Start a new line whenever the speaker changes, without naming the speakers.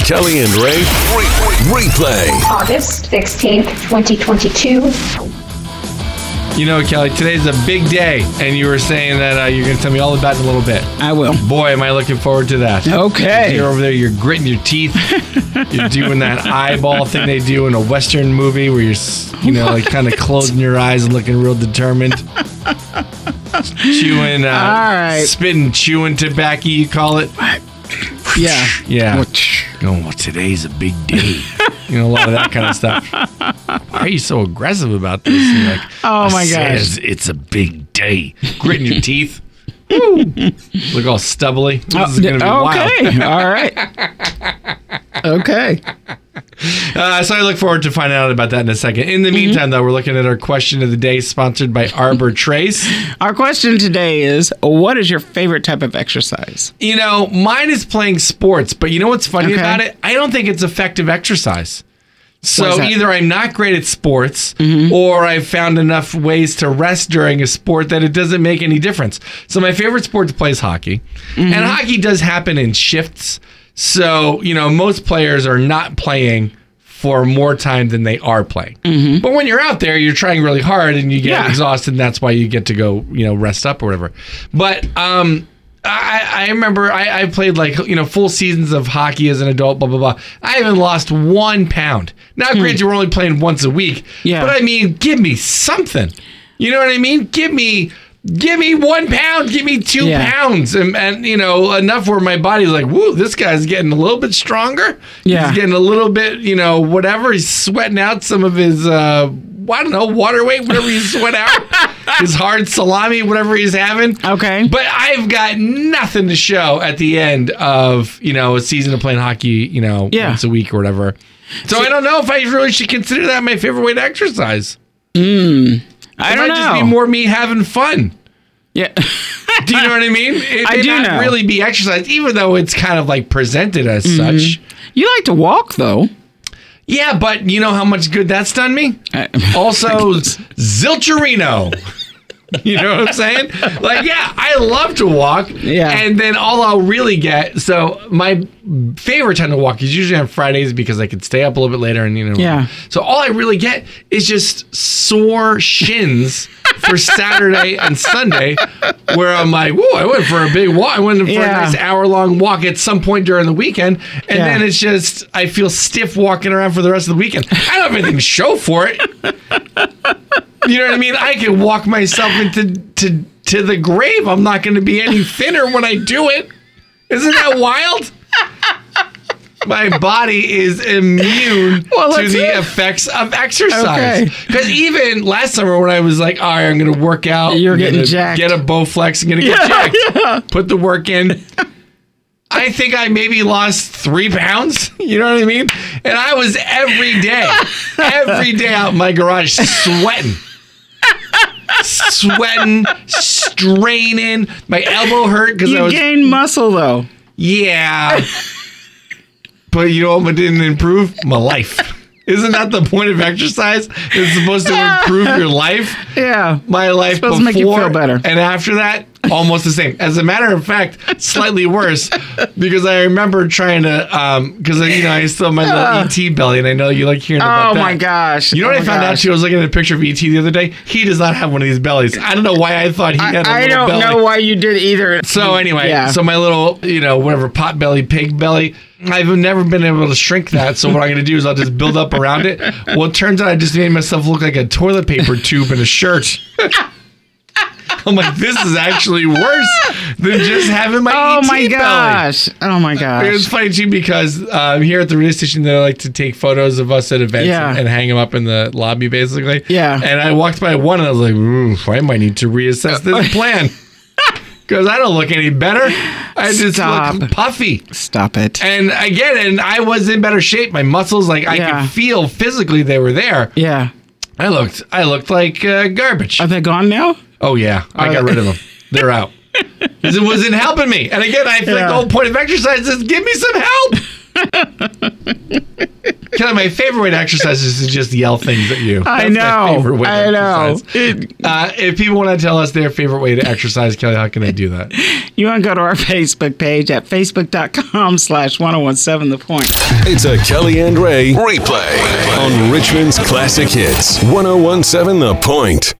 Kelly and Ray replay.
August 16th, 2022.
You know, Kelly, today's a big day, and you were saying that uh, you're going to tell me all about it in a little bit.
I will.
Boy, am I looking forward to that.
Okay.
You're over there, you're gritting your teeth. you're doing that eyeball thing they do in a Western movie where you're, s- you know, like kind of closing your eyes and looking real determined. chewing, uh,
All right.
spitting, chewing tobacco, you call it.
Yeah.
Yeah.
Whoosh.
Going, well, today's a big day. you know, a lot of that kind of stuff. Why are you so aggressive about this? And you're like,
Oh my
"It
gosh.
says it's a big day. Gritting your teeth. Look all stubbly. This is
Oh, okay.
going to be wild.
All right. Okay.
Uh, so I look forward to finding out about that in a second.
Mm-hmm.
In the meantime, though, we're looking at our question of the day sponsored by Arbor Trace.
Our question today is what is your favorite type of exercise?
You know, mine is playing sports, but you know what's funny
Okay.
about it? I don't think it's effective exercise.
Why's
So
that? Mm-hmm.
either I'm not great at sports or I've found enough ways to rest during a sport that it doesn't make any difference. So my favorite sport to play is hockey.
Mm-hmm.
And hockey does happen in shifts. So, you know, most players are not playing for more time than they are playing. But when you're out there, you're trying really hard and you get
Mm-hmm. Yeah.
exhausted and that's why you get to go, you know, rest up or whatever. But um I, I remember I, I played like you know full seasons of hockey as an adult, blah blah blah. I haven't lost one pound. Now, granted, we're only playing once a week,
Hmm. Yeah.
but I mean, give me something. You know what I mean? Give me, give me one pound, give me two
Yeah.
pounds, and, and you know enough where my body's like, woo, this guy's getting a little bit stronger.
Yeah.
he's getting a little bit, you know, whatever. He's sweating out some of his. uh I don't know, water weight, whatever you sweat out, his hard salami, whatever he's having.
Okay.
But I've got nothing to show at the end of, you know, a season of playing hockey, you know,
Yeah.
once a week or whatever. So I don't know if I really should consider that my favorite way to exercise.
I
It
don't
might
know.
just be more me having fun.
yeah.
Do you know what I mean? It
I
may
do
not
know.
really be exercise, even though it's kind of like presented as
Mm-hmm.
such.
you like to walk though.
Yeah, but you know how much good that's done me?
I-
Also, Zilcherino. You know what I'm saying? Like, yeah, I love to walk.
Yeah.
And then all I'll really get. So my favorite time to walk is usually on Fridays because I can stay up a little bit later and you know.
Yeah.
So all I really get is just sore shins for Saturday and Sunday, where I'm like, whoa, I went for a big walk. I went for
Yeah.
a nice hour long walk at some point during the weekend, and
Yeah.
then it's just I feel stiff walking around for the rest of the weekend. I don't have anything to show for it. You know what I mean? I can walk myself into to to the grave. I'm not going to be any thinner when I do it. Isn't that wild? My body is immune
Well,
to
that's
the
it.
effects of exercise.
Okay.
Because even last summer, when I was like, "All right, I'm going to work out,"
You're
I'm
getting
gonna
jacked.
Get a Bowflex. I'm going to get jacked. Put the work in. I think I maybe lost three pounds. You know what I mean? And I was every day, every day out in my garage sweating. sweating, straining. My elbow hurt because I
You
was.
gain muscle though.
yeah. but you know what didn't improve? My life. Isn't that the point of exercise? It's supposed to improve your life
Yeah.
my life before
Supposed to make you feel better.
and after that almost the same as a matter of fact slightly worse because i remember trying to um because you know i still have my little et belly and i know you like hearing about
Oh
that
my gosh.
you know what
Oh
I
my
found out?
gosh.
She was looking at a picture of ET the other day. He does not have one of these bellies. I don't know why I thought he had a
I, I
little
don't
belly.
know why you did either.
So anyway,
Yeah.
so my little, you know, whatever pot belly, pig belly, I've never been able to shrink that. So what I'm going to do is I'll just build up around it. Well, it turns out I just made myself look like a toilet paper tube in a shirt. I'm like, this is actually worse than just having my
Oh
ET
my
belly.
gosh. Oh my
It's
gosh.
funny too because um, here at the radio station, they like to take photos of us at events
Yeah.
and, and hang them up in the lobby, basically.
Yeah.
And I walked by one and I was like, Ooh, I might need to reassess this plan because I don't look any better. I just
Stop.
look puffy.
Stop it.
And again, and I was in better shape. My muscles, like I
Yeah.
could feel physically, they were there.
Yeah.
I looked, I looked like uh, garbage.
Are they gone now?
Oh yeah, I got
Uh,
rid of them. They're out. 'Cause it wasn't helping me. And again, I feel like
Yeah.
the whole point of exercise is give me some help. Because telling you, my favorite way to exercise is to just yell things at you.
I
That's My
know.
favorite way to
I know.
exercise. Uh, if people want to tell us their favorite way to exercise, Kelly, how can they do that?
You want to go to our Facebook page at facebook.com slash 1017 The Point.
It's a Kelly and Ray replay on Richmond's Classic Hits 1017 The Point.